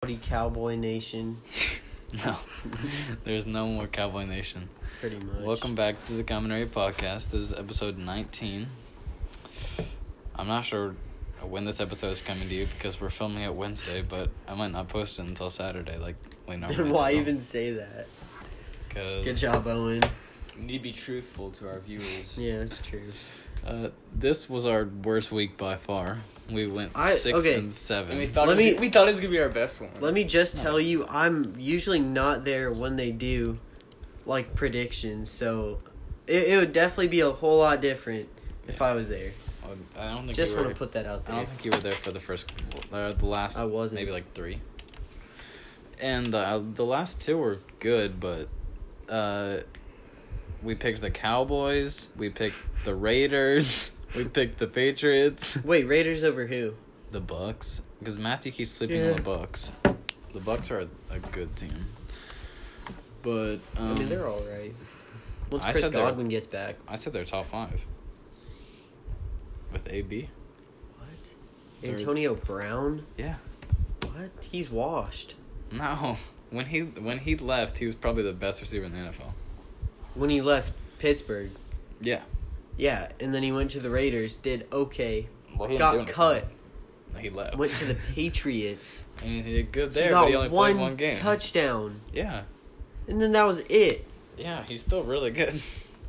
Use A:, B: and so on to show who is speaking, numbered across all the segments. A: Bloody Cowboy Nation,
B: No, there's no more Cowboy Nation.
A: pretty much.
B: Welcome back to the Common Area Podcast. This is episode 19. I'm not sure when this episode is coming to you because we're filming it Wednesday, but I might not post it until Saturday, like we normally.
A: Then why even say that? Good job, Owen.
C: We need to be truthful to our viewers.
A: Yeah, that's true.
B: Uh, this was our worst week by far. We went
A: I-
B: six
A: okay.
B: and seven.
C: And we thought
A: Let
C: it was,
A: me-
C: we thought it was gonna be our best one.
A: Let me just tell you, I'm usually not there when they do, like predictions. So, it, it would definitely be a whole lot different if I was there.
B: I don't think.
A: Just
B: we were,
A: want to put that out
B: I
A: there.
B: don't think you were there for the first, uh, the last.
A: I wasn't.
B: Maybe like three. And uh, the last two were good, but uh, we picked the Cowboys. We picked the Raiders. We picked the Patriots.
A: Wait, Raiders over who?
B: The Bucks, because Matthew keeps sleeping
A: Yeah.
B: on the Bucks. The Bucks are a, a good team, but
A: I
B: um,
A: mean, they're all right. Once
B: I
A: Chris
B: said they're-
A: Godwin gets back,
B: I said they're top five. With AB?
A: what?
B: They're-
A: Antonio Brown?
B: Yeah.
A: What? He's washed.
B: No. When he when he left, he was probably the best receiver in the NFL.
A: When he left Pittsburgh,
B: Yeah.
A: yeah, and then he went to the Raiders, did okay,
B: Well, he didn't do
A: got
B: anything.
A: cut,
B: He left.
A: went to the Patriots.
B: and he did good there,
A: he
B: but
A: got
B: he only
A: one,
B: played one game.
A: touchdown,
B: Yeah.
A: and then that was it.
B: Yeah, he's still really good.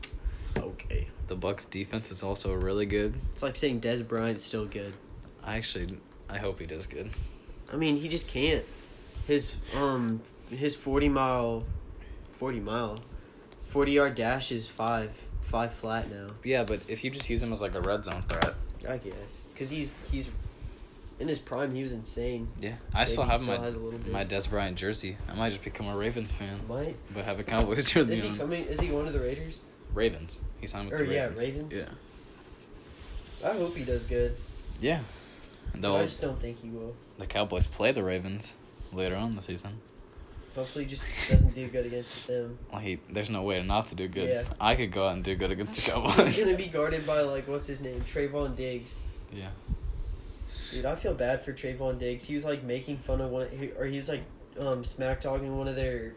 A: Okay,
B: The Bucks defense is also really good.
A: it's like saying Des Bryant's still good.
B: I actually I hope he does good.
A: I mean, he just can't. His um, his forty mile, forty mile, forty yard dash is five, five flat now.
B: Yeah, but if you just use him as like a red zone threat.
A: I guess because he's he's in his prime. He was insane.
B: Yeah. I
A: Maybe
B: still
A: he
B: have
A: still
B: my
A: has a little bit.
B: my Des Bryant jersey. I might just become a Ravens fan,
A: Might
B: but have a Cowboys jersey
A: is he
B: on.
A: coming? Is he one of the Raiders?
B: Ravens. He signed with
A: Or,
B: the
A: yeah, Ravens.
B: Ravens. Yeah.
A: I hope he does good.
B: Yeah.
A: but
B: Though
A: I just don't think he will.
B: the Cowboys play the Ravens later on in the season.
A: Hopefully, he just doesn't do good against them.
B: Well, he, there's no way not to do good.
A: Yeah.
B: I could go out and do good against the
A: He's
B: Cowboys.
A: gonna be guarded by like what's his name, Trayvon Diggs.
B: yeah.
A: Dude, I feel bad for Trayvon Diggs. He was like making fun of one, he- or he was like um, smack talking one of their,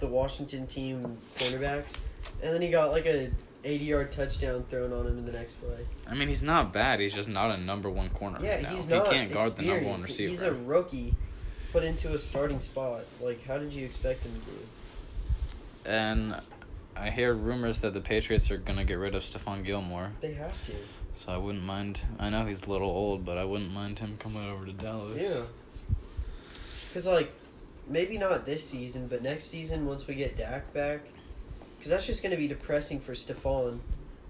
A: the Washington team cornerbacks, and then he got like a eighty yard touchdown thrown on him in the next play.
B: I mean, he's not bad. He's just not a number one corner
A: yeah,
B: right now.
A: he's
B: he
A: not.
B: can't guard the number one
A: experienced.
B: receiver.
A: He's a rookie, put into a starting spot. Like, how did you expect him to do?
B: and I hear rumors that the Patriots are gonna get rid of Stephon Gilmore,
A: They have to.
B: so I wouldn't mind. I know he's a little old, but I wouldn't mind him coming over to Dallas.
A: Yeah. Because, like, maybe not this season, but next season, once we get Dak back, because that's just going to be depressing for Stefan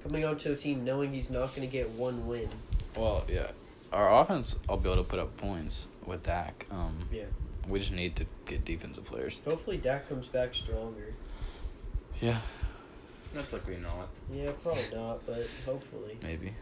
A: coming onto a team knowing he's not going to get one win.
B: Well, yeah. Our offense, I'll be able to put up points with Dak. Um,
A: Yeah.
B: We just need to get defensive players.
A: Hopefully, Dak comes back stronger.
B: Yeah,
C: Most likely not.
A: Yeah, probably not, but hopefully.
B: maybe.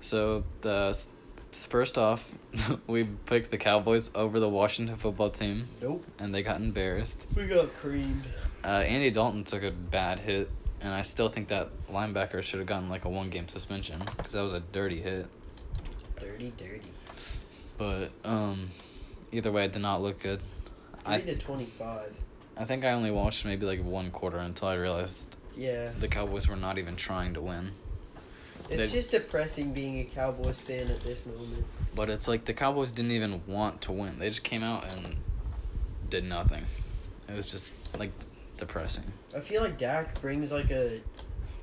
B: So the s- first off, we picked the Cowboys over the Washington football team,
A: Nope.
B: and they got embarrassed.
A: We got creamed.
B: Uh, Andy Dalton took a bad hit, and I still think that linebacker should have gotten like a one-game suspension because that was a dirty hit.
A: Dirty, dirty.
B: But um, either way, it did not look good.
A: 3
B: I
A: to 25.
B: I think I only watched maybe like one quarter until I realized
A: Yeah.
B: the Cowboys were not even trying to win.
A: It's
B: they-
A: just depressing being a Cowboys fan at this moment.
B: But it's like the Cowboys didn't even want to win. They just came out and did nothing. It was just like depressing.
A: I feel like Dak brings, like, a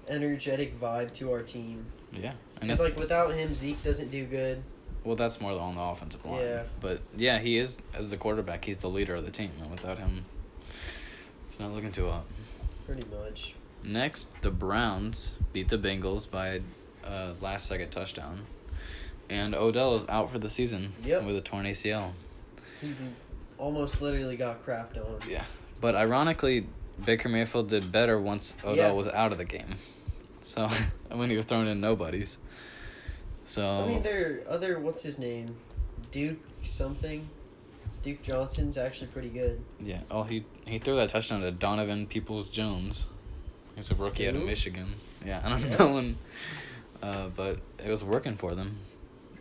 A: energetic vibe to our team.
B: Yeah. And
A: Because
B: it's
A: like without him, Zeke doesn't do good.
B: well, that's more on the offensive line.
A: Yeah.
B: But yeah, he is as the quarterback. He's the leader of the team, and without him, it's not looking too hot.
A: Pretty much.
B: Next, the Browns beat the Bengals by a uh, last second touchdown. And Odell is out for the season
A: Yep.
B: with a torn ACL.
A: He almost literally got crapped on.
B: Yeah. But ironically, Baker Mayfield did better once Odell
A: Yeah.
B: was out of the game. So, when he was thrown in nobody's. So,
A: I mean, their other what's his name, Duke something, Duke Johnson's actually pretty good.
B: yeah. Oh, he, he threw that touchdown to Donovan Peoples Jones. He's a rookie out of
A: Who?
B: Michigan. Yeah, I don't
A: Yeah.
B: know. And, uh, but it was working for them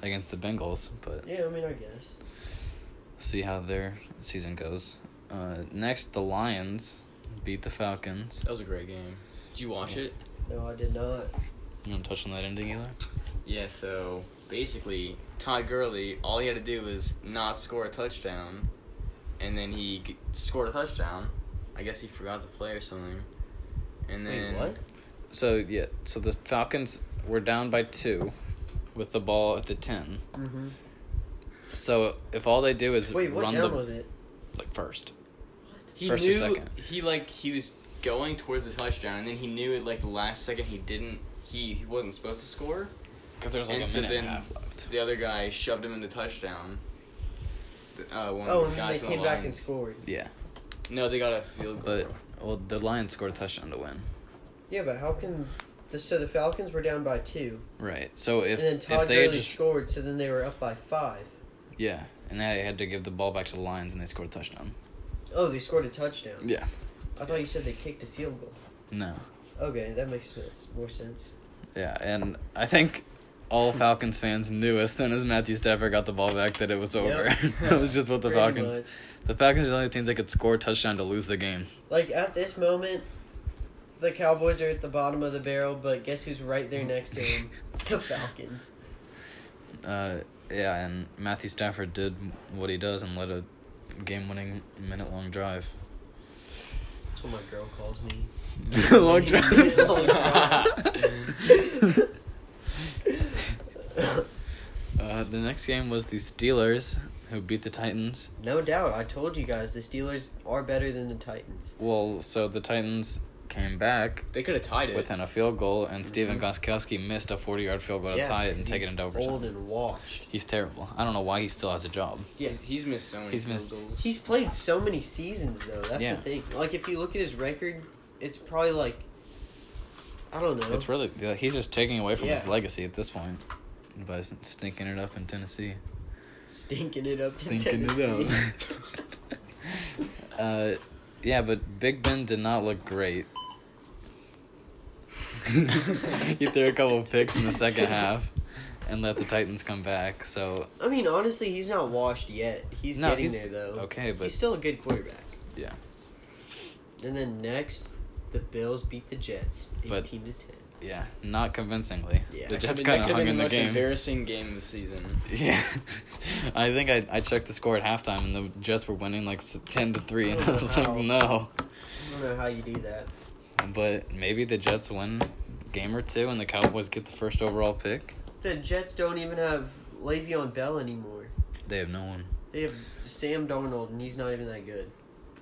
B: against the Bengals. But
A: Yeah, I mean, I guess.
B: see how their season goes. Uh, next, the Lions beat the Falcons.
C: That was a great game. Did you watch it?
A: No, I did not.
B: You want to touch on that ending either?
C: Yeah, so basically, Todd Gurley, all he had to do was not score a touchdown, and then he g- scored a touchdown. I guess he forgot to play or something. And
A: Wait,
C: then
A: what?
B: So yeah, so the Falcons were down by two, with the ball at the ten.
A: Mm-hmm.
B: So if all they do is
A: Wait, what
B: run
A: down
B: the
A: was it?
B: like first,
C: he
B: First or
C: knew
B: second?
C: he like he was going towards the touchdown, and then he knew at like the last second he didn't. He, he wasn't supposed to score.
B: because there's like
C: And
B: a
C: so
B: minute and a
C: then-
B: half left.
C: The other guy shoved him into touchdown. The- Uh, one
A: Oh,
C: of
A: and
C: the
A: then
C: guys
A: they
C: from
A: came
C: the
A: back and
C: Lions.
A: scored.
B: Yeah,
C: No, they got a field goal.
B: but well, the Lions scored a touchdown to win.
A: Yeah, but how can? The, so the Falcons were down by two,
B: Right. So if
A: and then
B: if
A: Todd
B: they had
A: Gurley
B: just
A: scored, so then they were up by five.
B: yeah, and they had to give the ball back to the Lions and they scored a touchdown.
A: Oh, they scored a touchdown.
B: Yeah.
A: I thought you said they kicked a field goal.
B: No.
A: Okay, that makes sense- more sense.
B: Yeah, and I think all Falcons fans knew as soon as Matthew Stafford got the ball back that it was
A: Yep.
B: over. that was just what the
A: Pretty
B: Falcons.
A: much.
B: The Falcons are the only team that could score a touchdown to lose the game.
A: Like at this moment, the Cowboys are at the bottom of the barrel, but guess who's right there next to them? the Falcons.
B: Uh, yeah, and Matthew Stafford did what he does and led a game-winning minute-long drive.
A: That's what my girl calls me.
B: Long drive.
A: Long drive.
B: uh, the next game was the Steelers, who beat the Titans.
A: No doubt, I told you guys the Steelers are better than the Titans.
B: Well, so the Titans came back
C: they could have tied it.
B: within a field goal, and Steven Goskowski missed a 40 yard field goal to tie it and
A: because
B: take it
A: Mm-hmm. he's
B: into
A: Old
B: overtime.
A: and washed.
B: He's terrible. I don't know why he still has a job.
A: Yeah,
C: He's, he's missed so many
B: He's
C: field
B: missed-
C: goals.
A: he's played so many seasons though. That's
B: Yeah.
A: the thing. Like if you look at his record, it's probably like I don't know.
B: It's really, yeah, he's just taking away from his
A: Yeah.
B: legacy at this point by stinking it up in Tennessee.
A: stinking it up.
B: Stinking
A: in Tennessee.
B: it up. uh, yeah, but Big Ben did not look great. he threw a couple of picks in the second half and let the Titans come back. So
A: I mean, honestly, he's not washed yet. He's
B: No,
A: getting
B: he's-
A: there though.
B: okay, but-
A: he's still a good quarterback.
B: yeah,
A: And then next, the Bills beat the Jets,
B: But-
A: eighteen to ten.
B: yeah, not convincingly.
A: Yeah,
B: the
A: that
B: Jets
C: That could've
B: kind of
C: been
B: hung in
C: the
B: the
C: most
B: game.
C: embarrassing game of the season.
B: Yeah, I think I, I checked the score at halftime and the Jets were winning like s- ten to three, and I was
C: Oh,
B: like,
A: Wow.
B: no.
A: I don't know how you do that.
B: But maybe the Jets win a game or two, and the Cowboys get the first overall pick.
A: The Jets don't even have Le'Veon Bell anymore.
B: They have no one.
A: They have Sam Darnold, and he's not even that good.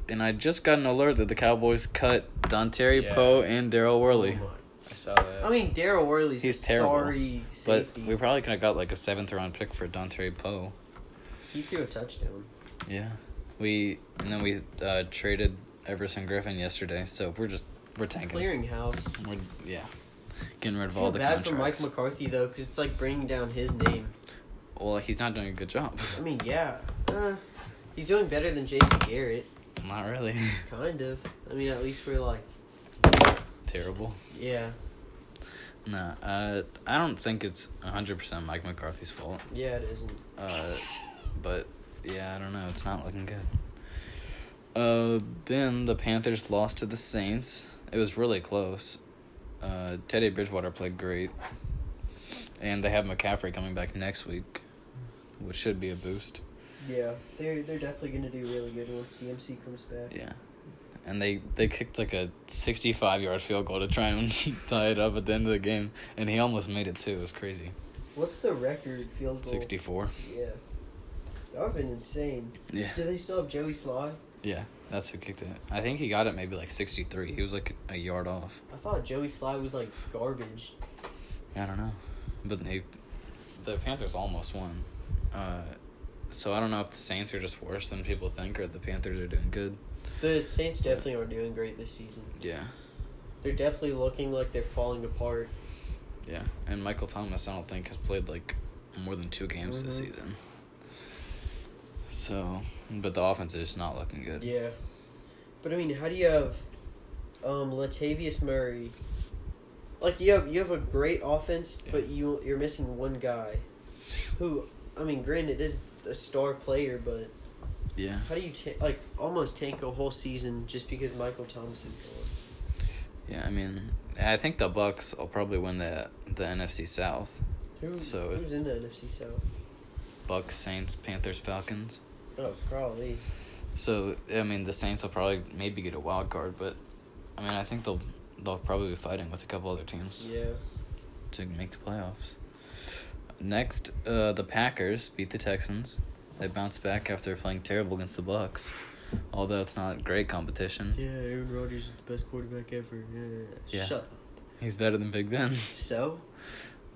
B: And I just got an alert that the Cowboys cut Don Terry
C: Yeah.
B: Poe and Daryl Worley.
A: Oh my.
C: I saw that.
A: I mean, Daryl Worley's
B: He's
A: he's
B: terrible,
A: sorry
B: But
A: safety.
B: we probably could have got like a seventh round pick for Don Terry Poe.
A: He threw a touchdown.
B: Yeah. We and then we uh, traded Everson Griffin yesterday, so we're just we're tanking.
A: Clearing house.
B: We're yeah. Getting rid
A: I
B: of
A: feel
B: all the
A: bad for Mike
B: contracts.
A: McCarthy though, because it's like bringing down his name.
B: well, he's not doing a good job.
A: I mean, yeah, uh, he's doing better than Jason Garrett,
B: not really.
A: kind of. I mean, at least we're like,
B: Terrible.
A: yeah,
B: Nah, uh, I don't think it's 100% Mike McCarthy's fault.
A: yeah, it isn't.
B: Uh, but yeah, I don't know. It's not looking good. Uh, then the Panthers lost to the Saints. It was really close. Uh, Teddy Bridgewater played great, and they have McCaffrey coming back next week, which should be a boost.
A: Yeah, they're they're definitely gonna do really good once CMC comes back.
B: Yeah, and they they kicked like a sixty five yard field goal to try and tie it up at the end of the game, and he almost made it too. It was crazy.
A: What's the record field goal?
B: Sixty four.
A: Yeah, that would've been insane.
B: Yeah.
A: Do they still have Joey Sly?
B: Yeah, that's who kicked it. I think he got it maybe like 63. He was like a yard off.
A: I thought Joey Sly was like garbage.
B: I don't know. But they, the Panthers almost won. Uh, so I don't know if the Saints are just worse than people think or the Panthers are doing good.
A: The Saints definitely aren't doing great this season.
B: Yeah.
A: They're definitely looking like they're falling apart.
B: Yeah. And Michael Thomas, I don't think, has played like more than two games this
A: Mhm.
B: season. So, but the offense is not looking good.
A: Yeah. But I mean, how do you have um Latavius Murray? Like you have you have a great offense,
B: Yeah.
A: but you you're missing one guy who I mean, granted is a star player, but
B: Yeah.
A: How do you ta- like almost tank a whole season just because Michael Thomas is gone?
B: Yeah, I mean, I think the Bucks will probably win the the NFC South.
A: Who,
B: So it-
A: who's in the NFC South?
B: Bucks, Saints, Panthers, Falcons.
A: Oh, probably.
B: So I mean, the Saints will probably maybe get a wild card, but I mean, I think they'll they'll probably be fighting with a couple other teams
A: Yeah.
B: to make the playoffs. Next, uh, the Packers beat the Texans. They bounced back after playing terrible against the Bucks, although it's not great competition.
A: Yeah, Aaron Rodgers is the best quarterback ever. Yeah.
B: Yeah.
A: Shut up.
B: He's better than Big Ben.
A: So?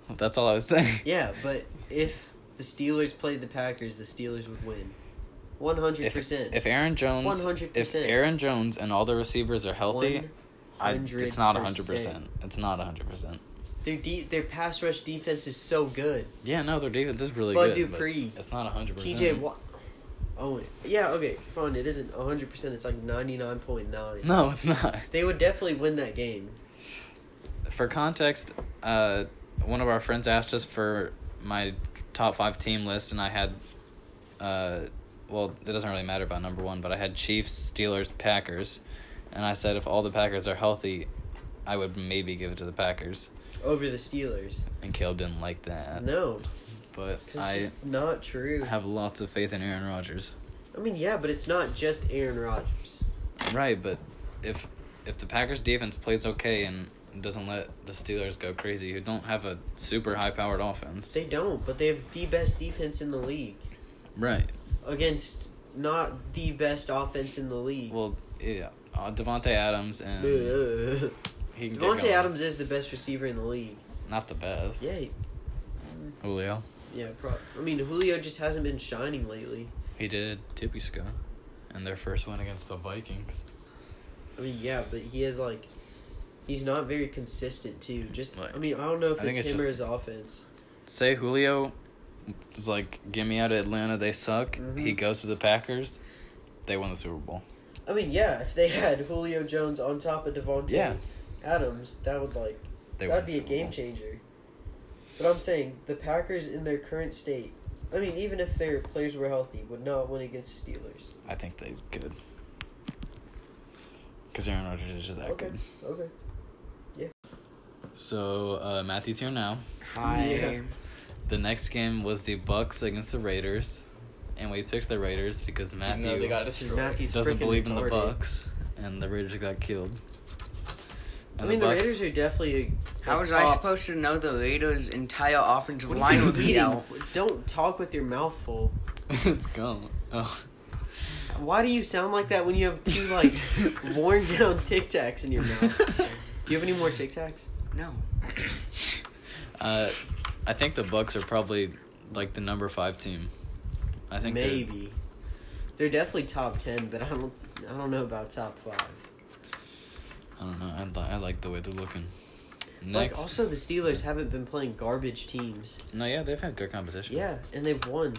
B: That's all I was saying.
A: Yeah, but if the Steelers played the Packers, the Steelers would win. 100%.
B: If, if Aaron Jones, if
A: 100%.
B: Aaron Jones and all the receivers are healthy, I, it's not
A: 100%.
B: 100%. It's not 100%.
A: Their de- their pass rush defense is so good.
B: Yeah, no, their defense is really
A: Bud
B: good. but
A: Dupree.
B: It's not 100%.
A: TJ Watt. Oh, yeah, okay, fine. It isn't 100%. It's like 99.9.
B: No, it's not.
A: They would definitely win that game.
B: For context, uh, one of our friends asked us for my top five team list, and I had, uh, well, it doesn't really matter about number one, but I had Chiefs, Steelers, Packers, and I said if all the Packers are healthy, I would maybe give it to the Packers,
A: Over the Steelers.
B: and Caleb didn't like that.
A: No,
B: But
A: 'cause
B: Uh, I
A: it's just not true.
B: have lots of faith in Aaron Rodgers.
A: I mean, yeah, but it's not just Aaron Rodgers.
B: Right, but if if the Packers defense plays okay and doesn't let the Steelers go crazy, who don't have a super high powered offense.
A: They don't, but they have the best defense in the league
B: Right.
A: against not the best offense in the league.
B: Well, yeah, uh, Devonte Adams and
A: Ugh.
B: he can get
A: Devontae
B: going.
A: Adams is the best receiver in the league.
B: Not the best.
A: Yeah, he- Mm.
B: Julio.
A: yeah. Pro- I mean, Julio just hasn't been shining lately.
B: He did two weeks ago, in their first win against the Vikings.
A: I mean, yeah, but he is like, he's not very consistent too. Just,
B: Like,
A: I mean, I don't know if
B: I think
A: it's,
B: it's
A: him or
B: just-
A: his offense.
B: Say Julio is like, get me out of Atlanta, they suck.
A: Mhm.
B: He goes to the Packers, they win the Super Bowl.
A: I mean, yeah, if they had Julio Jones on top of Devontae
B: Yeah.
A: Adams, that would like
B: They win
A: That'd
B: the
A: be a
B: Super
A: game
B: Bowl.
A: changer. But I'm saying the Packers in their current state, I mean, even if their players were healthy, would not win against the Steelers.
B: I think they could. Because Aaron Rodgers is that
A: okay.
B: good.
A: Okay.
B: So uh, Matthew's here now.
A: Hi. Yeah.
B: The next game was the Bucks against the Raiders, and we picked the Raiders because Matthew
C: No, they got destroyed.
A: Matthew's-
B: doesn't
A: Frickin'
B: believe in the
A: retarded.
B: Bucks, and the Raiders got killed.
A: I
B: And
A: mean, the,
B: Bucks-
A: Raiders are definitely. A,
D: How
A: a
D: was I
A: top-
D: supposed to know the Raiders' entire offensive
A: What are
D: line
A: you
D: would be
A: eating?
D: out?
A: Don't talk with your mouth full.
B: it's gone. Oh.
A: Why do you sound like that when you have two like worn down Tic Tacs in your mouth? Do you have any more Tic Tacs?
D: No.
B: uh, I think the Bucks are probably like the number five team. I think they're-
A: maybe. They're definitely top ten, but I don't. I don't know about top five.
B: I don't know. I, li- I like the way they're looking. Next.
A: Like also, the Steelers haven't been playing garbage teams.
B: no, yeah, they've had good competition.
A: Yeah, and they've won.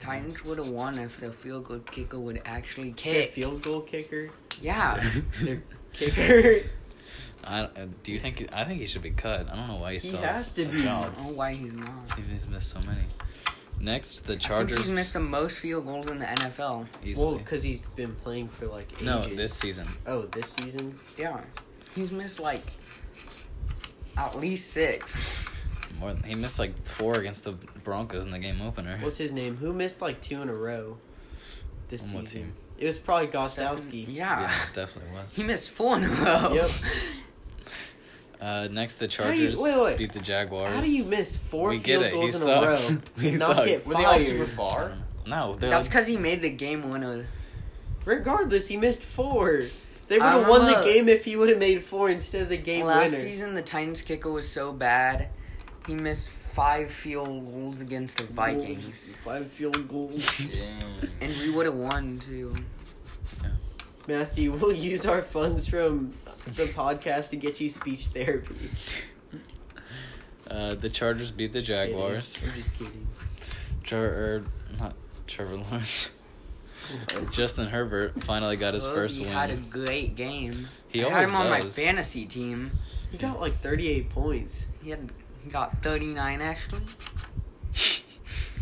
D: Titans would have won if their field goal kicker would actually
A: Their
D: kick.
A: field goal kicker.
D: Yeah.
A: Their kicker.
B: I uh, do you think I think he should be cut? I don't know why he,
A: He
B: still
A: has to
B: a
A: be.
D: I
B: job.
D: don't know why he's not.
B: He's missed so many. Next, the
D: Chargers.
B: Chargers
D: he's missed the most field goals in the NFL.
A: well,
B: easily.
A: because he's been playing for like ages.
B: no, this season.
A: Oh, this season.
D: Yeah. He's missed like at least six.
B: More than, he missed like four against the Broncos in the game opener.
A: What's his name? Who missed like two in a row? This
B: On
A: season.
B: what team?
A: It was probably Gostowski.
D: Yeah.
B: Yeah, it definitely was.
D: He missed four in a row.
A: Yep.
B: Uh, next, the
A: do you-
B: Chargers
A: wait, wait.
B: beat the Jaguars.
A: How do you miss four
B: We get
A: field
B: it. He
A: goals in
B: sucks.
A: a row?
B: He
A: and not get
B: sucks.
C: Were they all
A: fired.
C: super far?
B: No, they're
D: That's
B: like,
D: because he made the game winner.
A: Regardless, he missed four. They would
D: I
A: have won the
D: remember-
A: game if he would have made four instead of the game
D: Last
A: winner.
D: season, the Titans kicker was so bad, he missed five field goals against the Vikings,
A: Five field goals.
C: Dang.
D: and we would have won too.
A: Matthew, we'll use our funds from the podcast to get you speech therapy.
B: uh, the Chargers beat the Jaguars.
A: Kidding. I'm just kidding.
B: Trevor, er, not Trevor Lawrence. Justin Herbert finally got his
D: Logie
B: first win.
D: had a great game.
B: He
D: I had
B: always
D: him on my
B: does.
D: fantasy team.
A: He got like 38 points.
D: He had he got 39 actually.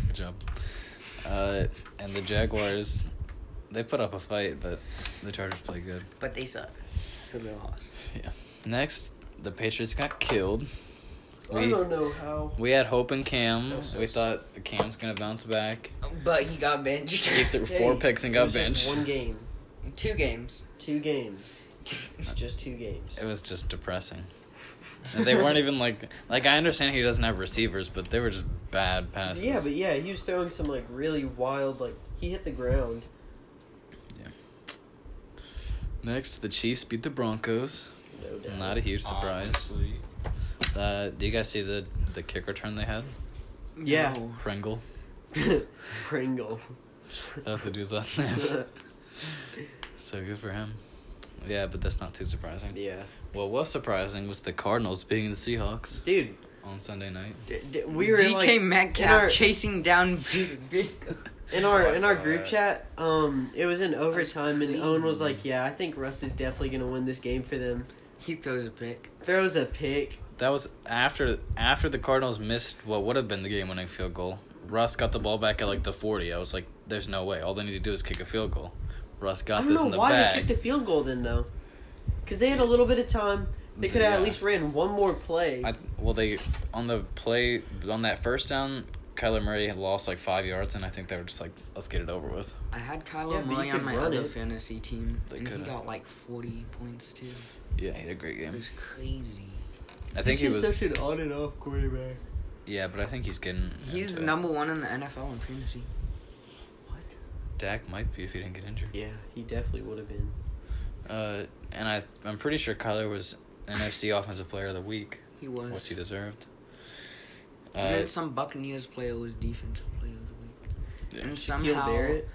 B: Good job. Uh, and the Jaguars, they put up a fight, but the Chargers play good.
D: But they suck. So they lost.
B: Next, the Patriots got killed.
A: I
B: We,
A: don't know how.
B: we had hope in Cam.
C: That's
B: We
C: so-
B: thought Cam's gonna bounce back.
D: But he got benched.
B: He threw four
A: Hey,
B: picks and
A: it
B: got
A: was just
B: benched.
A: One game,
D: Two games.
A: two games, It's just two games.
B: It was just depressing. And they weren't even like like I understand he doesn't have receivers, but they were just bad passes.
A: Yeah, but yeah, he was throwing some like really wild, like he hit the ground.
B: next the Chiefs beat the Broncos.
A: No doubt.
B: Not a huge surprise.
C: Obviously.
B: Uh, do you guys see the the kick return they had?
A: Yeah.
D: No.
B: Pringle.
A: Pringle.
B: That was the dude's last name. so good for him. Yeah, but that's not too surprising.
A: yeah,
B: What was surprising was the Cardinals beating the Seahawks
A: dude.
B: on Sunday night.
A: D- d- we were
D: DK
A: like,
D: Metcalf
A: in our-
D: chasing down Big Big.
A: in our
C: I
A: in our
C: saw
A: group
C: that.
A: chat. Um, it was in overtime, and Owen was
D: crazy.
A: like, "Yeah, I think Russ is definitely gonna win this game for them."
D: He throws a pick.
A: Throws a pick.
B: That was after after the Cardinals missed what would have been the game winning field goal. Russ got the ball back at like the forty. I was like, "There's no way. All they need to do is kick a field goal." Russ
A: I
B: got
A: don't
B: this
A: know
B: in the
A: why
B: bag.
A: they kicked a field goal then though, because they had a little bit of time. They could have
B: Yeah.
A: at least ran one more play.
B: I, well, they on the play on that first down, Kyler Murray had lost like five yards, and I think they were just like, "Let's get it over with."
D: I had Kyler
A: Yeah, but you
D: Murray
A: could
D: on my
A: run
D: other
A: it.
D: fantasy team,
B: They
D: and he
B: coulda.
D: got like 40 points too.
B: Yeah, he had a great
D: It
B: game.
D: was crazy.
B: I think he was.
A: an on and off quarterback.
B: Yeah, but I think he's getting.
D: He's
B: into it.
D: number one in the NFL in fantasy.
A: What?
B: Dak might be if he didn't get injured.
A: Yeah, he definitely would have been.
B: Uh, and I I'm pretty sure Kyler was NFC Offensive Player of the Week,
D: He was.
B: which he deserved.
D: and
B: Uh,
D: then some Buccaneers player was defensive player of the week.
B: Yeah.
D: And
A: He'll bear
D: somehow,
A: it.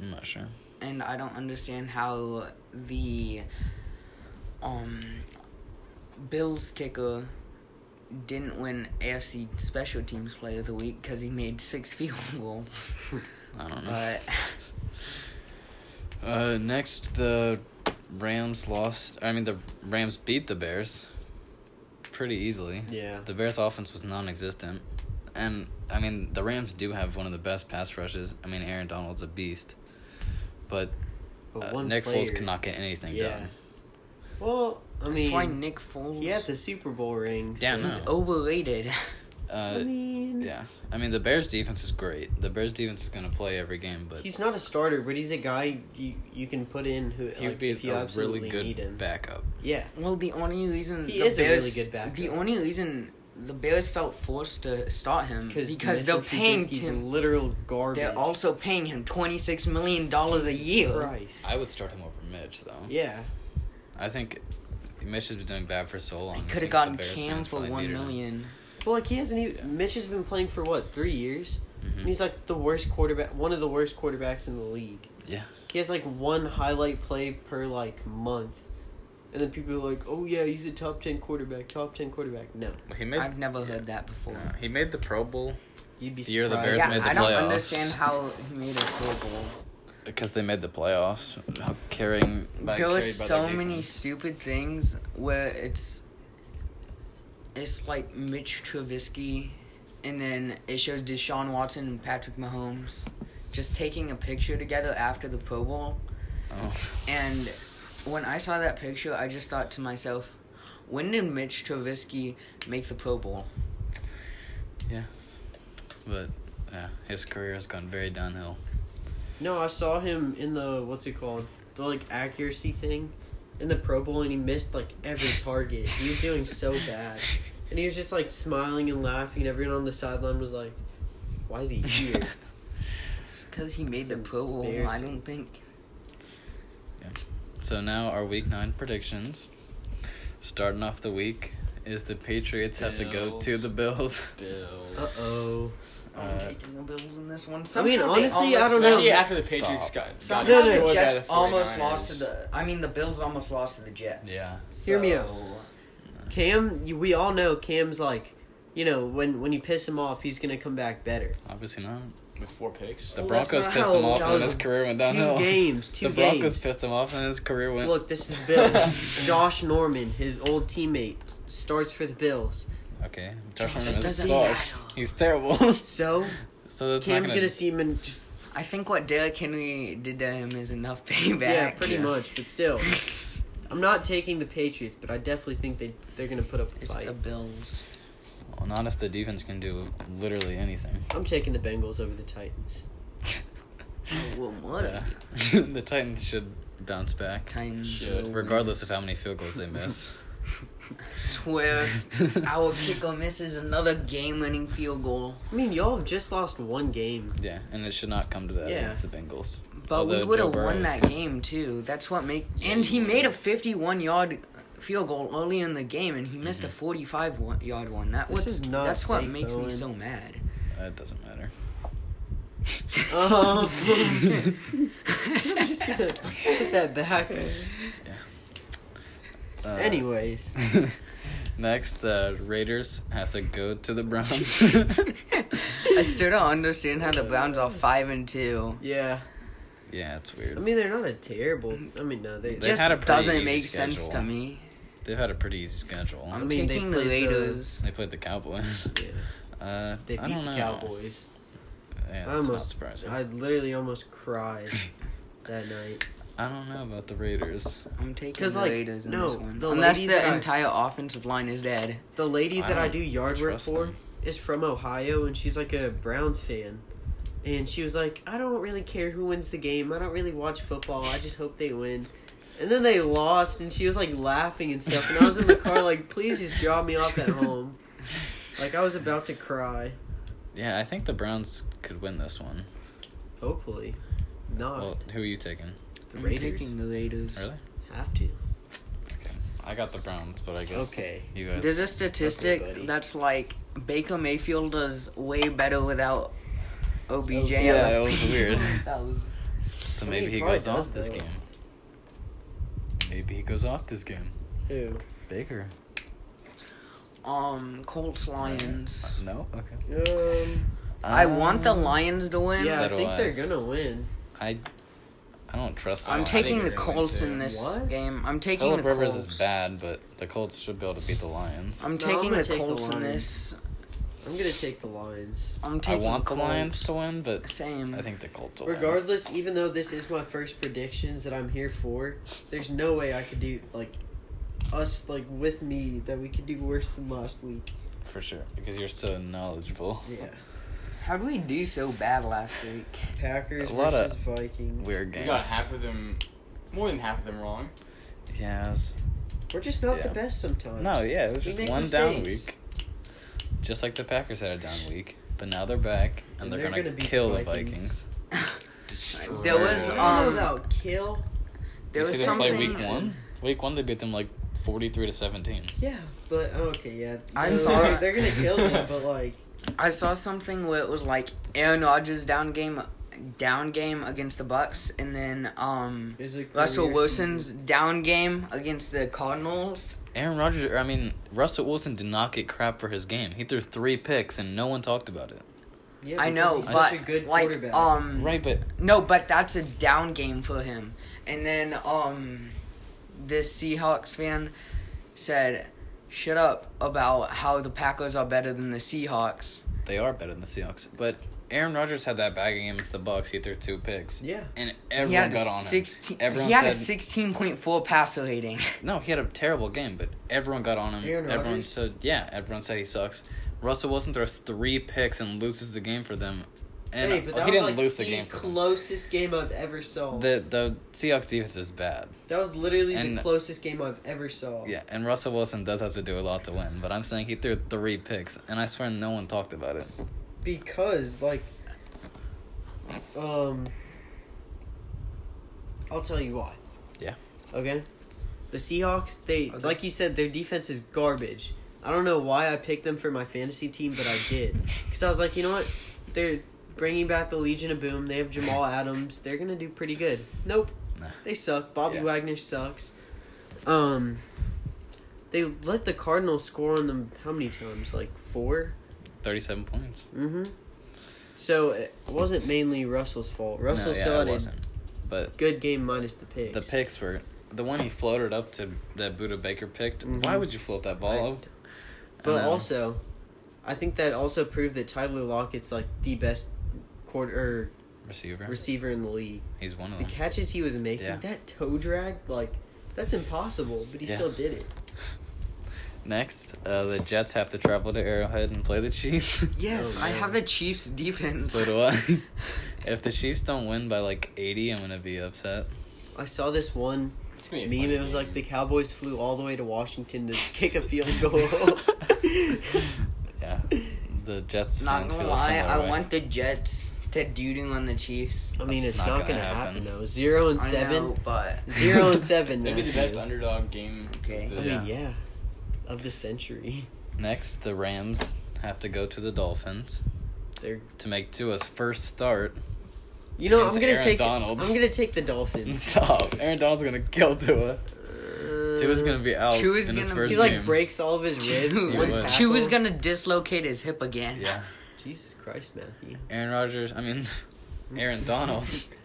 B: I'm not sure.
D: and I don't understand how the um Bills kicker didn't win AFC Special Teams Player of the Week because he made six field goals.
B: I
A: Mm.
B: don't know.
D: But
B: Uh, next the Rams lost. I mean the Rams beat the Bears pretty easily.
A: Yeah.
B: The Bears offense was non-existent, and I mean the Rams do have one of the best pass rushes. I mean Aaron Donald's a beast, but,
A: But
B: uh,
A: one
B: Nick
A: player.
B: Foles cannot get anything
A: Yeah.
B: done.
A: Well, I
D: that's why
A: mean,
D: Nick Foles
A: he has a Super Bowl ring.
B: Yeah,
A: so-
B: no.
D: he's overrated.
B: Uh,
A: I mean,
B: yeah. I mean the Bears defense is great. The Bears defense is gonna play every game, but
A: he's not a starter, but he's a guy you you can put in who
B: he
A: like,
B: would be
A: if you
B: a
A: absolutely
B: really good
A: need him.
B: backup.
A: Yeah,
D: Well, the only reason
A: He
D: the
A: is a really
D: Bears-
A: good backup.
D: The only reason the Bears felt forced to start
B: Hmm.
D: him because they're
A: Mitchell
D: paying
A: Trubisky's
D: him.
A: literal garbage.
D: They're also paying him twenty six million dollars a
A: Jesus
D: year.
A: Christ.
B: I would start him over Mitch though.
A: Yeah,
B: I think Mitch has been doing bad for so long. I
D: Could have
B: think
D: gotten
B: the Bears
D: Cam
B: fans
D: for
B: probably
D: one
B: needed him.
D: million.
A: well, like he hasn't even. Mitch has been playing for what three years.
B: Mhm.
A: And he's like the worst quarterback, one of the worst quarterbacks in the league.
B: Yeah.
A: He has like one highlight play per like month, and then people are like, "Oh yeah, he's a top ten quarterback, top ten quarterback." No,
B: Well, he made.
D: I've never heard that before.
B: no, he made the Pro Bowl
A: you'd be
B: The year
A: surprised.
B: the Bears
D: yeah,
B: made the
D: I don't
B: playoffs.
D: understand how he made a Pro Bowl.
B: because they made the playoffs. How Carrying by
D: there was
B: carried by
D: so
B: their
D: many
B: defense.
D: stupid things where it's it's like Mitch Trubisky, and then it shows Deshaun Watson and Patrick Mahomes just taking a picture together after the Pro Bowl.
B: Oh.
D: And when I saw that picture, I just thought to myself, when did Mitch Trubisky make the Pro Bowl?
B: But yeah, his career has gone very downhill.
A: No, I saw him in the what's it called, the like accuracy thing, in the Pro Bowl, and he missed like every target. he was doing so bad, and he was just like smiling and laughing. And everyone on the sideline was like, "Why is he here?"
D: It's because he made the
A: It's
D: Pro Bowl. I
A: embarrassing.
D: don't think.
B: so now our Week Nine predictions. Starting off the week is the Patriots have to go to
C: Bills.
B: the Bills.
C: Bills.
A: uh oh.
B: Uh,
D: taking the Bills in this one.
A: I mean,
D: Somehow they
A: honestly,
D: almost
A: I don't know.
D: lost-
C: Especially after the
B: Stop.
C: Patriots got, got
D: Somehow
A: No, no,
C: destroyed
D: the
C: by
D: Jets
C: the
D: almost
C: 49ers.
D: lost to the. I mean, the Bills almost lost to the Jets.
B: yeah.
A: Hear me out.
D: So-
A: Cam, you- we all know Cam's like, you know, when when you piss him off, he's gonna come back better.
B: Obviously not.
C: with four picks.
B: The
D: Well, that's
B: Broncos
D: not
B: pissed
D: how-
B: him off
A: that
B: and
A: was
B: his career went
A: Two
B: downhill.
A: games, two
B: the Broncos
A: games.
B: pissed him off and his career went.
A: Look, this is Bills. Josh Norman, his old teammate, starts for the Bills.
B: Okay, Josh
D: Josh
B: Norman
D: doesn't
B: sucks.
D: matter.
B: He's terrible.
A: So
B: so that's not
A: Cam's
B: gonna
A: gonna see him and just
D: I think what Derrick Henry did to him is enough payback.
A: Yeah, pretty much. But still, I'm not taking the Patriots, but I definitely think they they're gonna put up a
D: It's
A: fight.
D: the Bills.
B: Well, not if the defense can do literally anything.
A: I'm taking the Bengals over the Titans.
D: Well, what?
B: Yeah. the Titans should bounce back,
D: Titans
C: Should,
D: will win.
B: regardless of how many field goals they miss.
D: Swear, our kicker misses another game-winning field goal.
A: I mean, y'all have just lost one game.
B: Yeah, and it should not come to that
A: Yeah.
B: against the Bengals.
D: But we
B: Although
D: would have
B: Joe Burrow
D: won
B: is
D: that
B: good.
D: game too. That's what make
C: Yeah,
D: and
C: you
D: he
C: would've.
D: made a 51 yard field goal early in the game, and he missed a
B: Mm-hmm.
D: 45 one, yard one. That
A: This
D: was
A: is not
D: that's what
A: safe,
D: makes me
A: Owen.
D: so mad.
B: That doesn't matter.
A: Um, I'm just gonna put that back.
B: Uh,
A: Anyways,
B: Next, uh, Raiders have to go to the Browns.
D: I still don't understand how the Browns are five and two.
A: yeah.
B: yeah, it's
A: I
B: weird.
A: mean, they're not a terrible. I mean, no, they.
B: They
D: Just
B: had a pretty
D: doesn't
B: easy
D: make sense to
B: schedule.
D: me.
B: They've had a pretty easy schedule.
D: I'm
A: mean, they
D: taking the
A: played the-
D: Raiders.
B: They played the Cowboys.
A: yeah,
B: Uh,
A: they
B: I
A: beat
B: don't
A: the
B: know.
A: Cowboys.
B: Yeah, that's
A: I almost-
B: not surprising.
A: I
B: I,
A: literally almost cried that night.
B: don't know about the Raiders.
D: I'm taking
A: 'Cause,
D: the
A: like,
D: Raiders in
A: no,
D: this one.
A: the
D: Unless
A: lady
D: the
A: that I-
D: entire offensive line is dead.
A: The lady
B: I
A: that I,
B: don't
A: do yard work
B: trust
A: for
B: them.
A: is from Ohio, and she's like a Browns fan. And she was like, I don't really care who wins the game. I don't really watch football. I just hope they win. And then they lost, and she was like laughing and stuff. And I was in the car, like, please just drop me off at home. Like, I was about to cry.
B: Yeah, I think the Browns could win this one.
A: Hopefully. Not.
B: Well, who are you taking?
A: the
D: I'm
A: Raiders
D: taking the Raiders.
B: Really?
A: have to.
B: I got the Browns, but I guess
A: Okay.
B: you guys.
D: There's a statistic
A: buddy.
D: that's like Baker Mayfield does way better without OBJ. on the
B: Yeah, that was
D: field.
B: weird.
D: that was
B: so
A: I mean,
B: maybe
A: he
B: he
A: probably
B: goes off
A: does,
B: this
A: though.
B: game. Maybe he goes off this game.
A: Who?
B: Baker.
D: um Colts Lions.
B: Uh, No. Okay.
A: Um,
D: I want the
B: Um,
D: Lions to win.
A: yeah,
B: so
A: I
B: do
A: think
B: I.
A: they're gonna win.
B: I. I don't trust.
D: I'm
B: them. Oh, I
D: taking
B: think
D: the
B: they're gonna
D: Colts
B: win,
D: in
B: too.
D: this
A: What?
D: game. I'm taking
B: Philip
D: the
B: Rivers
D: Colts.
B: is bad, but the Colts should be able to beat the Lions.
D: I'm
A: No, I'm
D: taking
A: gonna
D: the
A: take the
D: Colts in
A: Lions.
D: this.
A: I'm gonna take the Lions.
D: I'm
B: I
D: taking
B: want the
D: Colts.
B: Lions to win, but
D: Same.
B: I think the Colts will. win.
A: Regardless, even though this is my first predictions that I'm here for, there's no way I could do like us like with me that we could do worse than last week.
B: for sure, because you're so knowledgeable.
A: Yeah,
D: How do we do so bad last week?
A: Packers
B: A lot
A: versus
B: of
A: Vikings.
B: Weird
C: We
B: games.
C: got half of them, more than half of them wrong.
B: Yeah. it was-
A: We're just not the
B: Yeah.
A: best sometimes.
B: no, yeah, it was
A: We
B: just
A: make
B: one down
A: mistakes.
B: week. Just like the Packers had a down week, but now they're back and, they're, gonna,
A: beat
B: kill
A: the
B: the
A: Vikings.
B: Vikings.
D: There
A: What
D: was,
A: do you
D: um,
A: know about kill?
D: There
B: you
D: was
B: see them
D: something.
B: play week one. Week one, they beat them like forty-three to seventeen.
A: Yeah, but okay, yeah.
D: I
A: No,
D: saw
A: they're,
D: it.
A: they're gonna kill them, but like,
D: I saw something where it was like Aaron Rodgers down game, down game against the Bucks, and then um
A: is it
D: Russell
A: career
D: Wilson's
A: season?
D: down game against the Cardinals.
B: Aaron Rodgers, or, I mean Russell Wilson, did not get crap for his game. He threw three picks and no one talked about it.
A: Yeah,
D: I
A: because
D: know,
A: he's
D: but
A: such a good
D: like
A: quarterback.
D: um
B: Right, but
D: no, but that's a down game for him. And then um this Seahawks fan said, "Shut up about how the Packers are better than the Seahawks."
B: they are better than the Seahawks. But Aaron Rodgers had that bag against the Bucks. He threw two picks.
A: yeah.
B: and
D: he
B: everyone
D: had
B: got
D: a
B: on
D: sixteen.
B: him. Everyone
D: he had a
B: said
D: sixteen point four passer rating.
B: no. He had a terrible game, but everyone got on him.
A: Aaron
B: everyone
A: Rodgers?
B: said yeah. Everyone said he sucks. Russell Wilson throws three picks and loses the game for them. And
A: hey, but that
B: he
A: was
B: didn't
A: like
B: lose the,
A: the
B: game. For them.
A: closest game I've ever saw.
B: The the Seahawks defense is bad.
A: That was literally
B: And-
A: the closest game I've ever saw.
B: Yeah, and Russell Wilson does have to do a lot to win. But I'm saying he threw three picks, and I swear no one talked about it.
A: Because like um I'll tell you why.
B: Yeah.
A: Okay? The Seahawks, they
D: Okay.
A: like you said, their defense is garbage. I don't know why I picked them for my fantasy team, but I did. Because I was like, you know what? They're bringing back the Legion of Boom. They have Jamal Adams. They're going to do pretty good. Nope.
B: Nah.
A: They suck. Bobby
B: Yeah.
A: Wagner sucks. Um, they let the Cardinals score on them how many times? Like four?
B: Thirty-seven points.
A: Mm-hmm. So it wasn't mainly Russell's fault. Russell
B: no, yeah,
A: still
B: it
A: had a
B: wasn't. But
A: good game minus the picks.
B: the picks were the one he floated up to that Buda Baker picked.
A: Mhm.
B: Why would you float that ball?
A: I-
B: up?
A: But
B: Um,
A: also, I think that also proved that Tyler Lockett's like the best quarter or
B: Receiver.
A: receiver in the league.
B: He's one of
A: The
B: them.
A: catches he was making,
B: Yeah.
A: that toe drag, like that's impossible, but he
B: Yeah.
A: still did it.
B: Next, uh, the Jets have to travel to Arrowhead and play the Chiefs.
D: Yes,
A: Oh,
D: I
A: no.
D: have the Chiefs defense.
B: so do I. if the Chiefs don't win by like 80, I'm going to be upset.
A: I saw this one
C: It's
A: meme.
C: gonna be a funny
A: It was like
C: game.
A: the Cowboys flew all the way to Washington to kick a field goal.
B: Yeah. The Jets
D: Not
B: fans
D: gonna
B: feel a
D: lie,
B: similar
D: I
B: way.
D: want the Jets to doo on the Chiefs.
A: I mean,
B: That's
A: it's not, gonna, happen. though. Zero and
D: I
A: seven.
D: know, but
A: Zero and seven.
C: That'd be the
A: Matthew.
C: best underdog game.
D: Okay.
C: of
A: I
C: the-
B: Yeah.
A: mean, yeah, of the century.
B: Next, the Rams have to go to the Dolphins
A: They're.
B: to make Tua's first start.
A: You know,
B: Against
A: I'm gonna
B: Aaron
A: take.
B: Donald.
A: I'm gonna take the Dolphins. Uh,
B: Stop. Aaron Donald's going to kill Tua. Tua's going to be out
D: Tua's
B: in his
D: gonna-
B: first
A: He like
B: game.
A: breaks all of his ribs.
D: Two-
B: Yeah,
A: one
B: what?
A: tackle.
D: two is gonna dislocate his hip again.
B: Yeah.
A: Jesus Christ, Matthew.
B: Aaron Rodgers, I mean, Aaron Donald.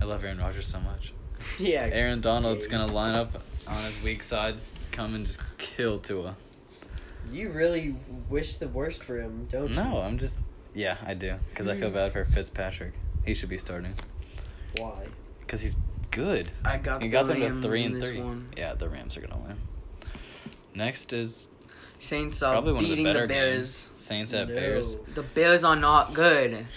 B: I love Aaron Rodgers so much.
A: Yeah.
B: Aaron Donald's
A: okay.
B: going to line up on his weak side, come and just kill Tua.
A: You really wish the worst for him, don't you?
B: No, I'm just. Yeah, I do. Because I feel bad for Fitzpatrick. He should be starting.
A: Why?
B: Because he's good.
D: I got,
B: He
D: the
B: got them to
D: Rams
B: three
D: in
B: and
D: this
B: three.
D: One.
B: Yeah, the Rams are gonna win. Next is
D: Saints are
B: probably one of the
D: beating the,
B: better
D: Bears.
B: games. Saints at
A: No.
B: Bears.
D: The Bears are not good.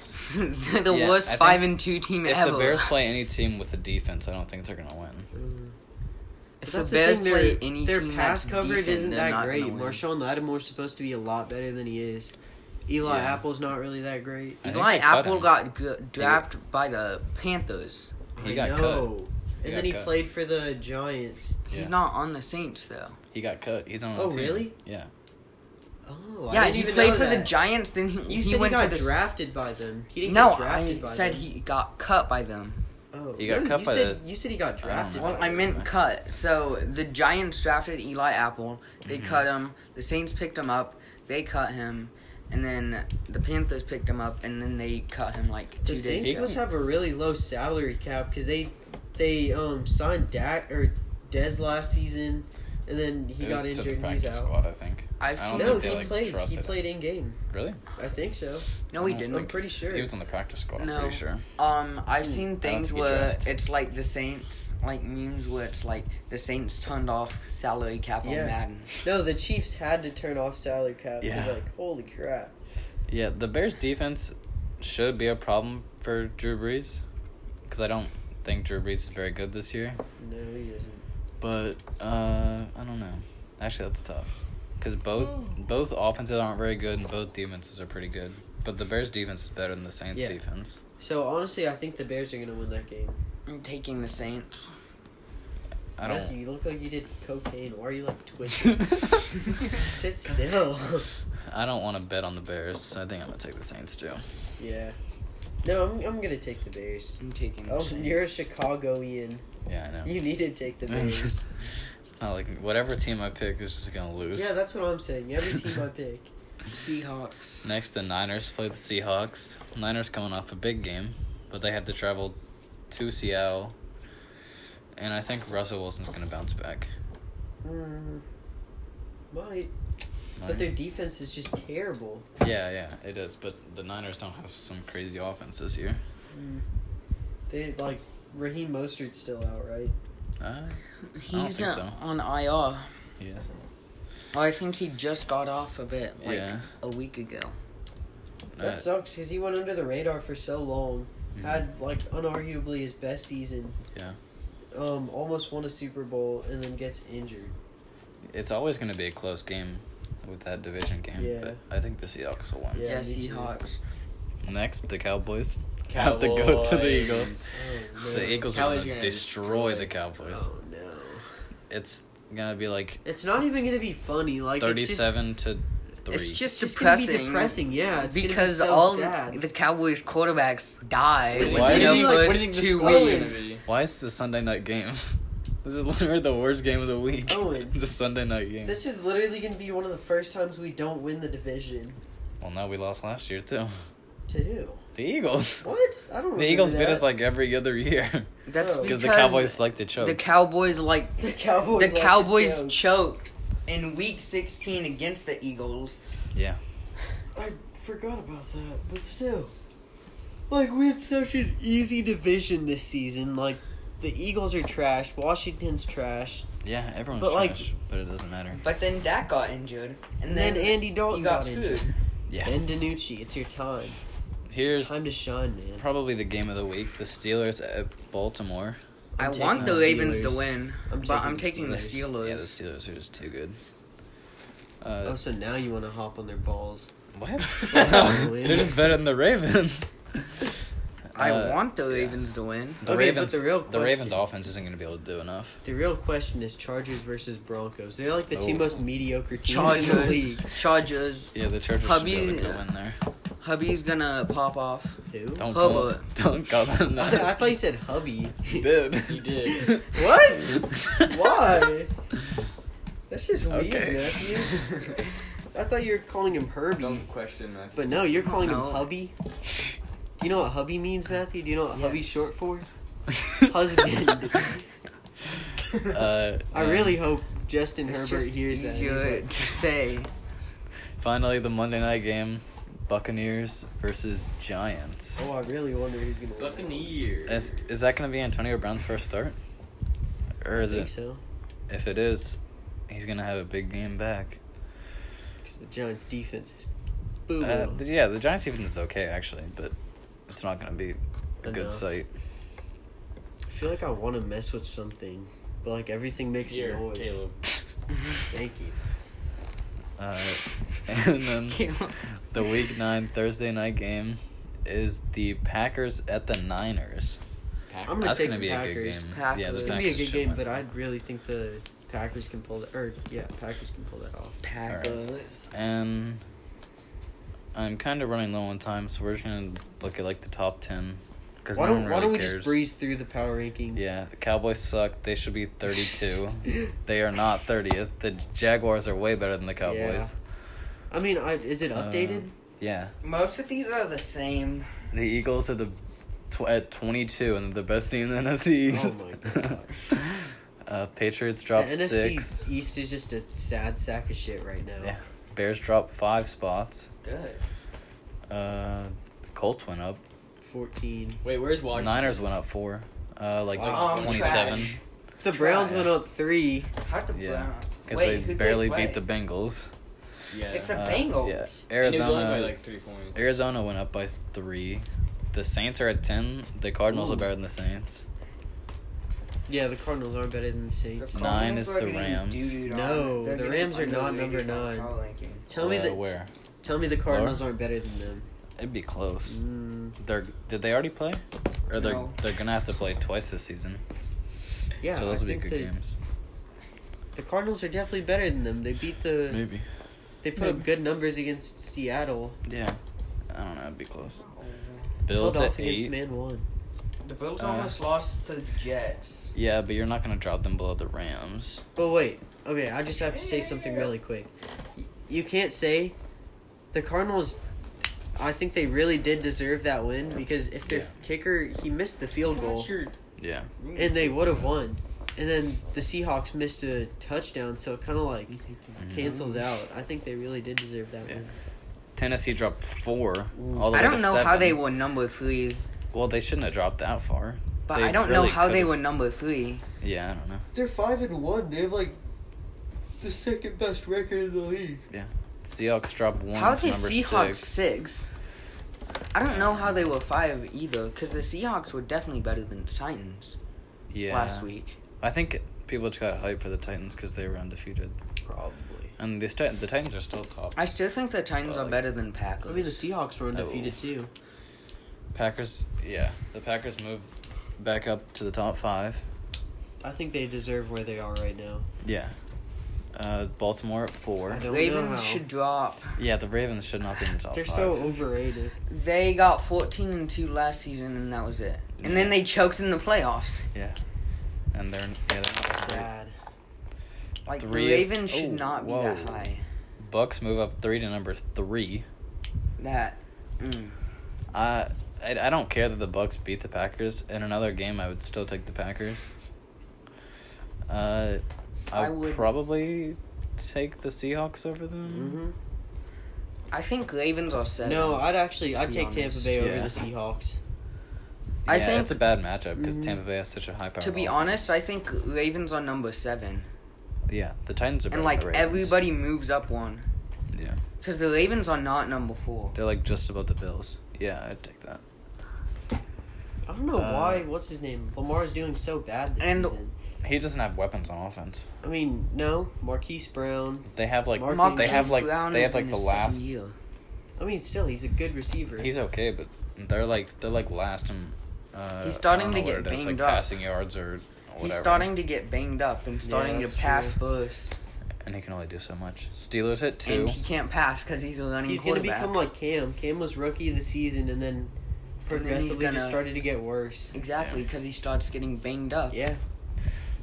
D: They're the
B: Yeah, I
D: worst
B: think
D: five and two team
B: If
D: ever.
B: the Bears play any team with a defense, I don't think they're gonna win.
A: Mm.
D: if the
A: That's
D: Bears
A: thing,
D: play
A: their-
D: any
A: their
D: team
A: pass
D: that's
A: coverage
D: decent,
A: isn't
D: they're
A: that
D: not
A: great.
D: gonna win.
A: Marshawn Lattimore's supposed to be a lot better than he is. Eli
B: Yeah.
A: Apple's not really that great.
B: I think
D: Eli
B: they cut
D: Apple
B: him.
D: got g- drafted by the Panthers.
B: He
A: I
B: got cut.
A: know. And
B: He got
A: then he
B: cut.
A: played for the Giants.
B: Yeah.
D: He's not on the Saints though.
B: He got cut. He's on.
A: Oh,
B: the team.
A: really?
B: Yeah.
A: Oh,
D: yeah,
A: I didn't
D: he
A: even
D: played
A: know
D: for the
A: that.
D: Giants. Then he,
A: You
D: he
A: said
D: went
A: he got
D: to the
A: drafted by them. He didn't
D: no,
A: get drafted
D: I
A: by
D: said
A: them.
D: he got cut by them.
A: Oh,
B: He got
A: no,
B: cut
A: you
B: by
A: said,
B: the-
A: You said he got drafted.
B: know.
A: by
D: Oh, Well, I
A: them.
D: meant cut. So the Giants drafted Eli Apple.
B: Mm-hmm.
D: They cut him. The Saints picked him up. They cut him. And then the Panthers picked him up, and then they cut him like
A: The
D: two days
A: Saints
D: ago.
A: must have a really low salary cap because they they um signed Dak or Dez last season, and then he
B: It
A: got
B: was to the
A: injured and he's
B: practice
A: out.
B: Squad, I think.
D: I've
B: I don't
D: seen.
B: think
A: No,
B: they,
A: he
B: like,
A: played. He
B: trusted him.
A: played in game.
B: Really?
A: I think so.
D: No, he
B: I don't
A: I'm
D: didn't.
B: think-
A: pretty sure.
B: He was on the practice squad.
D: No.
B: I'm pretty sure.
D: Um, I've
A: Hmm,
D: seen
B: don't
D: things
B: think he
D: where
B: dressed.
D: it's like the Saints, like memes where it's like the Saints turned off salary cap on
A: Yeah.
D: Madden.
A: No, the Chiefs had to turn off salary cap because
B: Yeah.
A: like holy crap.
B: Yeah, the Bears defense should be a problem for Drew Brees, because I don't think Drew Brees is very good this year.
A: No, he isn't.
B: But uh, I don't know. Actually, that's tough. Because both
A: Oh.
B: both offenses aren't very good, and both defenses are pretty good. But the Bears' defense is better than the Saints'
A: Yeah.
B: defense.
A: So honestly, I think the Bears are gonna win that game.
D: I'm taking the Saints.
B: I don't.
A: Matthew, you look like you did cocaine. Why are you like twisted? Sit still.
B: I don't want to bet on the Bears. So I think I'm gonna take the Saints too.
A: yeah. No, I'm I'm gonna take the Bears.
D: I'm taking. The
A: Oh,
D: Saints.
A: you're a Chicagoian.
B: Yeah, I know.
A: You need to take the Bears.
B: Not like whatever team I pick is just gonna lose.
A: yeah, that's what I'm saying. Every team I pick.
D: Seahawks.
B: Next, the Niners play the Seahawks. Niners coming off a big game, but they have to travel to Seattle. And I think Russell Wilson's gonna bounce back.
A: Mm, might, but
B: Right?
A: their defense is just terrible.
B: Yeah, yeah, it is. But the Niners don't have some crazy offense this year.
A: Mm. They like Raheem Mostert's still out, right?
B: Uh,
D: He's
B: think
D: uh,
B: so.
D: on IR.
B: yeah.
D: Oh, I think he just got off of it like
B: Yeah.
D: a week ago.
A: That
B: Uh,
A: sucks because he went under the radar for so long.
B: mhm.
A: Had like unarguably his best season.
B: Yeah.
A: Um, almost won a Super Bowl and then gets injured.
B: It's always going to be a close game with that division game.
A: Yeah.
B: But I think the Seahawks will win.
A: Yeah,
D: Yeah,
A: me too.
D: Seahawks.
B: Next, the Cowboys. Have to go to the Eagles.
A: Oh no!
B: The Eagles are going
C: Cowboys are
B: to
C: gonna
B: destroy
C: destroy.
B: the Cowboys.
A: Oh no!
B: It's going to be like
A: It's not even gonna be funny. Like it's just,
B: 37 to 3.
D: It's just
A: it's just gonna be
D: depressing.
A: depressing. Yeah, it's
D: because
A: gonna be so
D: all
A: sad.
D: the Cowboys quarterbacks died.
A: Listen,
B: what
D: you
B: do
D: know,
B: you
A: think-
D: first
A: what
C: do you think the
D: two
A: score is
D: weeks.
A: gonna
C: be?
B: Why is this a Sunday night game? this is literally the worst game of the week.
A: Owen.
B: it's a Sunday night game.
A: Oh, This is literally gonna be one of the first times we don't win the division.
B: Well, no, we lost last year, too.
A: To who?
B: The Eagles.
A: What? I don't.
B: The
A: remember
B: Eagles
A: that.
B: beat us like every other year.
D: That's
A: Oh.
D: because
B: Because the Cowboys like to choke.
D: the Cowboys like
A: the Cowboys.
D: the
A: like to
D: Cowboys
A: choke.
D: choked in Week 16 against the Eagles.
B: yeah.
A: I forgot about that, but still. Like we had such an easy division this season. Like the Eagles are trash. Washington's trash.
B: Yeah, everyone's
A: But, like-
B: trash, but it doesn't matter.
D: But then Dak got injured, and,
A: And then Andy Dalton
D: he got,
A: got
D: screwed.
A: injured.
B: Yeah.
A: Ben DiNucci, it's your time.
B: Here's
A: time to shine, man.
B: probably the game of the week: the Steelers at Baltimore.
D: I
A: I'm taking
D: want the
A: the
D: Ravens to
A: Steelers.
D: win,
A: I'm
D: but
A: taking
D: I'm
A: the
D: taking the
B: Yeah, the
D: Steelers.
B: Steelers are just too good.
A: Oh,
B: Uh,
A: so now you want to hop on their balls?
B: what?
A: Oh,
B: They're just better than the Ravens.
D: I
B: Uh,
D: want the
B: yeah.
D: Ravens to win.
B: The
A: Okay, but
B: Ravens.
A: the real
B: the Ravens'
A: question-
B: offense isn't going to be able to do enough.
A: The real question is Chargers versus Broncos. They're like the two
B: Oh.
A: most mediocre teams in the
D: Chargers,
A: league.
D: Chargers.
B: Yeah, the Chargers
D: Hubby-
B: should be able to go in there.
D: Hubby's gonna pop off.
A: Who?
B: Don't
D: Hubba.
B: call it. Don't call them
A: I, I
B: that.
A: thought you said hubby.
B: You did.
C: You did.
A: What? Why? That's just weird,
B: Okay.
A: Matthew. I thought you were calling him Herbie,
C: Don't question that.
A: but no, you're calling
D: No.
A: him hubby. Do you know what hubby means, Matthew? Do you know what hubby's
D: Yes.
A: short for? Husband.
B: Uh,
A: I
B: and
A: really hope Justin Herbert hears that.
D: easier
A: He's like,
D: to say.
B: Finally, the Monday night game: Buccaneers versus Giants.
A: oh, I really wonder who's gonna. win that one."
C: Buccaneers.
B: Is is that going to be Antonio Brown's first start? Or
A: I
B: is
A: think
B: it?
A: so.
B: If it is, he's going to have a big game back.
A: 'cause the Giants' defense is boo.
B: Uh, th- yeah, the Giants even is okay actually, but it's not going to be a good
A: Enough.
B: sight.
A: I feel like I want to mess with something, but like everything makes
C: Here,
A: a noise.
C: Caleb.
A: Thank you.
B: Uh, and then
D: Caleb.
B: the Week Nine Thursday night game is the Packers at the Niners.
C: Pack-
A: I'm gonna
B: That's
A: take
B: going to
A: the
B: be a good
A: Packers.
B: game. Yeah,
D: Packers.
B: the
A: It's gonna be a
B: Packers
A: good
B: should
A: game,
B: win.
A: but I'd really think the Packers can pull that. Or yeah, Packers can pull that off.
D: Packers.
B: and I'm kind of running low on time, so we're just gonna look at like the top ten because no
A: Why don't
B: one
A: Why don't we
B: really cares.
A: just breeze through the power rankings?
B: yeah, the Cowboys suck. They should be 32. they are not 30th. The Jaguars are way better than the Cowboys.
A: I mean, I, is it
B: Uh,
A: updated?
B: Yeah,
D: Most of these are the same.
B: the Eagles are the tw- at 22 and they're the best team in the NFC.
A: Oh
B: East.
A: my God.
B: uh, Patriots dropped
A: the NFC
B: six.
A: East is just a sad sack of shit right now.
B: Yeah. Bears dropped five spots.
D: Good.
B: Uh, Colts went up.
A: Fourteen.
C: Wait, where's Washington?
B: Niners went up four. Uh, like
C: Wow.
D: Um,
B: 27.
D: trash.
A: The Browns
D: Try.
A: went up three.
D: How the
B: Yeah.
D: Brown-
B: Because
D: Wait,
B: they
D: who did
B: barely
D: what?
B: beat the Bengals.
C: Yeah.
D: It's the
B: Uh,
D: Bengals.
B: Yeah.
C: And it was only by
B: Arizona.
C: like three points.
B: Arizona went up by three. The Saints are at ten. The Cardinals
A: Ooh.
B: are better than the Saints.
A: Yeah, the Cardinals are better than the
D: The
A: Saints.
B: Nine
D: Cardinals
B: is
D: are
B: the
D: getting
B: Rams.
D: doo-dooed on.
A: No,
D: They're
A: the
D: getting
A: Rams are not
D: underrated
A: number
D: on
A: nine.
D: power ranking.
A: Tell me
B: Uh,
A: that.
B: where
A: Tell me the Cardinals
B: Lower?
A: aren't better than them.
B: it'd be close.
A: Mm,
B: They're did they already play? Or they're
D: No.
B: they're gonna have to play twice this season.
A: yeah,
B: so those
A: I
B: would be
A: think
B: good
A: the,
B: games.
A: The Cardinals are definitely better than them. They beat the.
B: Maybe.
A: They put up good numbers against Seattle.
B: Yeah. I don't know. It'd be close.
D: Oh,
B: Bills
A: Held off
B: at
A: against
B: eight.
A: man one.
D: The Bills
B: Uh,
D: almost lost to the Jets.
B: Yeah, but you're not gonna drop them below the Rams.
A: But wait, okay, I just have to say something really quick. Y- You can't say the Cardinals. I think they really did deserve that win because if their
B: Yeah.
A: kicker he missed the field goal
B: Yeah.
A: and they would have won, and then the Seahawks missed a touchdown, so it kind of like cancels out. I think they really did deserve that
B: Mm-hmm. Yeah.
A: win.
B: Tennessee dropped four. All the
D: I
B: way
D: don't
B: to
D: know how
B: seven.
D: they were number three,
B: Well, they shouldn't have dropped that far.
D: but
B: They
D: I don't know
B: really
D: how they
B: could've-
D: were number three.
B: Yeah, I don't know.
A: They're five and one. They have like the second best record in the league.
B: Seahawks dropped one.
D: how are
B: to
D: they
B: number
D: Seahawks six? I don't know how they were five either, because the Seahawks were definitely better than Titans
B: Yeah.
D: last week.
B: I think people just got hyped for the Titans because they were undefeated,
A: Probably.
B: and the Sti- the Titans are still top.
D: I still think the Titans
B: Well,
D: are
B: like-
D: better than Packers.
A: I mean, the Seahawks were undefeated
B: Oh.
A: too.
B: Packers, yeah, the Packers moved back up to the top five.
A: I think they deserve where they are right now.
B: Yeah, uh, Baltimore at four.
A: I don't know
D: Ravens
A: how.
D: should drop.
B: Yeah, the Ravens should not be in the top
A: They're
B: Oh, five.
A: so overrated.
D: They got 14 and 2 last season, and that was it. And then they choked in the playoffs.
B: yeah, and they're yeah they're not great.
A: Sad.
D: Like,
B: Three
D: the
B: is-
D: Ravens should
B: oh,
D: not be
B: whoa.
D: that high.
B: Bucks move up three to number three.
D: That. Mm.
B: I, I I don't care that the Bucks beat the Packers. In another game, I would still take the Packers. Uh, I,
D: I
B: would
A: Mm-hmm.
D: would- Mm-hmm.
B: probably take the Seahawks over them.
A: hmm
D: I think Ravens are seven.
A: No, I'd actually I'd
D: be
A: take Tampa
D: honest.
A: Bay over
B: Yeah.
A: the Seahawks.
D: I
B: yeah,
D: think- Mm-hmm.
B: it's a bad matchup because
A: Mhm.
B: Tampa Bay has such a high power.
D: to be honest, I think Ravens are number seven,
B: yeah, the Titans are better
D: and
B: than
D: like
B: the Ravens.
D: everybody moves up one
B: Yeah,
D: because the Ravens are not number four.
B: they're like just about the Bills. Yeah, I'd take that.
A: I don't know
B: Uh,
A: why. What's his name? Lamar's doing so bad this
D: And-
A: season.
B: He doesn't have weapons on offense.
A: I mean, no, Marquise Brown.
B: They have like
A: Mark-
D: Marquise
A: they
B: have, like-
D: Brown
B: they have,
D: is
B: like,
D: in
B: the
D: his
B: last-
D: second year.
A: I mean, still he's a good receiver.
B: he's okay, but they're like they're like last in. Uh,
D: He's starting
B: I don't know
D: to
B: what
D: get
B: it is, like
D: banged up.
B: passing yards or whatever.
D: He's starting to get banged up and starting to
A: that's
D: pass
A: true.
D: first,
B: and he can only do so much. Steelers hit two.
D: and he can't pass because he's a running
A: he's gonna
D: quarterback.
A: become like Cam. Cam was rookie of the season, and then
D: then he's
A: progressively just
D: gonna-
A: started to get worse.
D: exactly because he starts getting banged up.
A: Yeah,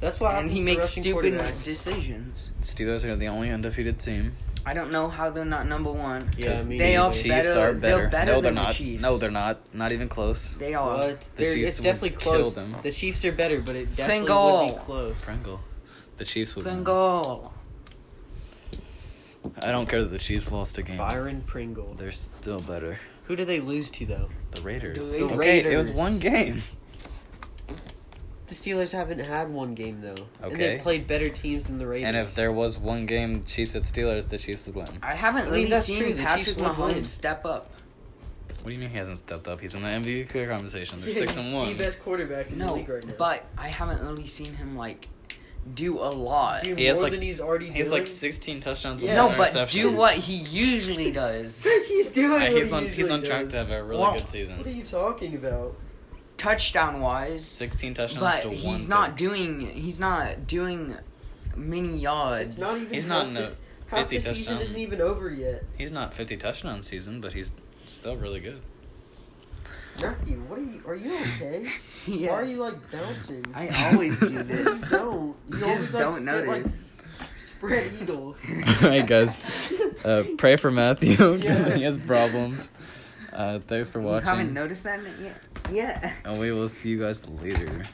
A: that's what
D: and
A: happens
D: he
A: to
D: makes
A: rushing
D: stupid
A: quarterbacks.
D: decisions.
B: Steelers are the only undefeated team.
D: I don't know how they're not number one.
A: Yeah,
B: Because
A: me
D: they
A: neither.
D: are
B: Chiefs
D: better-
B: are
D: they're
B: better.
D: better
B: no, they're
D: than the
B: not.
D: Chiefs.
B: No, they're not. Not even close.
D: They are.
A: But
B: The
A: they're-
B: Chiefs
A: it's definitely
B: would
A: close.
B: kill them.
A: The Chiefs are better, but it definitely would
D: Pringle.
A: be close.
B: Pringle. The Chiefs would. win.
D: Pringle.
B: I don't care that the Chiefs lost a game.
A: Byron Pringle.
B: They're still better.
A: Who do they lose to though?
B: The Raiders.
D: The
B: Okay,
A: Raiders.
B: it was one game.
A: The Steelers haven't had one game though, and
B: Okay.
A: they played better teams than the Raiders.
B: And if there was one game, Chiefs at Steelers, the Chiefs would win.
D: I haven't
A: mean,
D: really
A: that's
D: seen
A: true, the
D: Patrick
A: Chiefs would win.
D: Mahomes step up.
B: What do you mean he hasn't stepped up? He's in the MVP conversation. They're six and one.
A: the best quarterback in the
D: No,
A: league right now.
D: but I haven't really seen him like do a lot.
A: do
B: He has,
A: more
B: like-
A: than he's already
B: He's
A: doing.
B: like sixteen touchdowns.
A: Yeah.
B: Yeah.
D: no, but do what he usually does.
A: he's doing. what
B: he's
A: he
B: on. He's
A: usually
B: on track
A: does.
B: to have a really
D: Wow.
B: good
A: What
B: season.
A: are you talking about?
D: Touchdown wise,
B: Sixteen touchdowns
D: but
B: to one.
D: he's not
B: pick.
D: doing. He's not doing many yards.
A: It's not even.
B: He's
A: half
B: not in
A: the
B: the
A: s- half the
B: 50
A: season
B: touchdown.
A: isn't even over yet.
B: He's not fifty touchdown season, but he's still really good.
A: Matthew, what are you? Are you okay?
D: Yes.
A: Why are you like bouncing?
D: I always do this.
A: don't. You
D: You
A: always
D: just
A: like,
D: don't
A: sit,
D: notice.
A: like spread eagle.
B: All right, guys. Uh, pray for Matthew 'cause
A: Yeah.
B: he has problems. Uh, thanks for
D: You haven't
B: watching,
D: noticed that yet. Yeah.
B: and we will see you guys later.